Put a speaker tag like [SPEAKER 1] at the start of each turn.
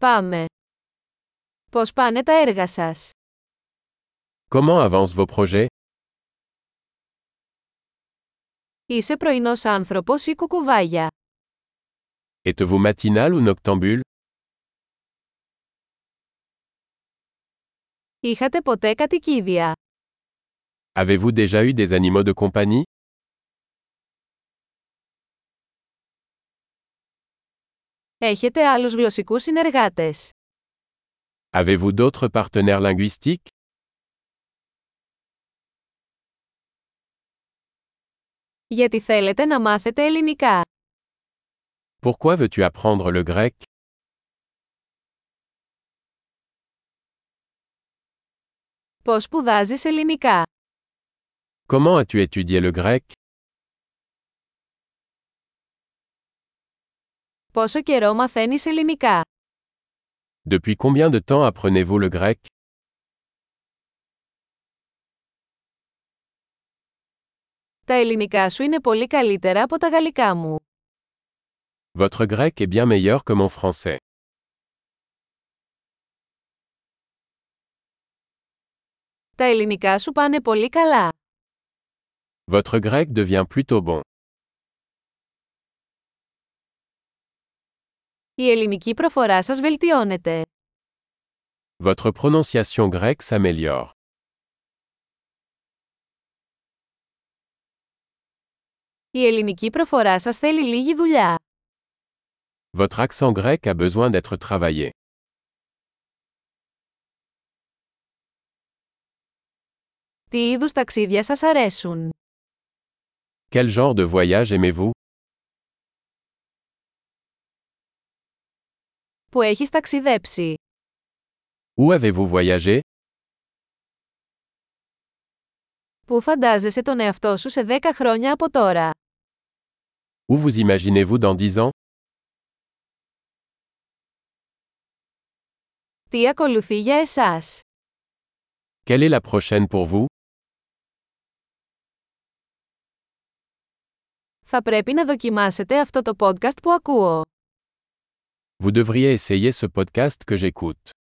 [SPEAKER 1] Πάμε. Πώς πάνε τα έργα σας.
[SPEAKER 2] Comment avancent vos projets
[SPEAKER 1] Είσαι πρωινός άνθρωπος ή κουκουβάγια.
[SPEAKER 2] Êtes-vous matinal ou noctambule
[SPEAKER 1] Είχατε ποτέ κατοικίδια.
[SPEAKER 2] Avez-vous déjà eu des animaux de compagnie
[SPEAKER 1] Έχετε άλλους γλωσσικούς συνεργάτες.
[SPEAKER 2] Avez-vous d'autres partenaires linguistiques
[SPEAKER 1] Γιατί θέλετε να μάθετε ελληνικά.
[SPEAKER 2] Pourquoi veux-tu apprendre le grec
[SPEAKER 1] Πώς σπουδάζεις ελληνικά.
[SPEAKER 2] Comment as-tu étudié le grec
[SPEAKER 1] Πόσο καιρό μαθαίνεις ελληνικά.
[SPEAKER 2] Depuis combien de temps apprenez-vous le grec
[SPEAKER 1] Τα ελληνικά σου είναι πολύ καλύτερα από τα γαλλικά μου.
[SPEAKER 2] Votre grec est bien meilleur que mon français.
[SPEAKER 1] Τα ελληνικά σου πάνε πολύ καλά.
[SPEAKER 2] Votre grec devient plutôt bon.
[SPEAKER 1] Η ελληνική προφορά σας βελτιώνεται.
[SPEAKER 2] Votre prononciation grecque s'améliore.
[SPEAKER 1] Η ελληνική προφορά σας θέλει λίγη δουλειά.
[SPEAKER 2] Votre accent grec a besoin d'être travaillé.
[SPEAKER 1] Τι είδους ταξίδια σας αρέσουν.
[SPEAKER 2] Quel genre de voyage aimez-vous
[SPEAKER 1] Που έχεις ταξιδέψει.
[SPEAKER 2] Où avez-vous voyagé
[SPEAKER 1] Πού φαντάζεσαι τον εαυτό σου σε 10 χρόνια από τώρα.
[SPEAKER 2] Où vous imaginez-vous dans 10 ans
[SPEAKER 1] Τι ακολουθεί για εσάς.
[SPEAKER 2] Quelle est la prochaine pour vous
[SPEAKER 1] Θα πρέπει να δοκιμάσετε αυτό το podcast που ακούω.
[SPEAKER 2] Vous devriez essayer ce podcast que j'écoute.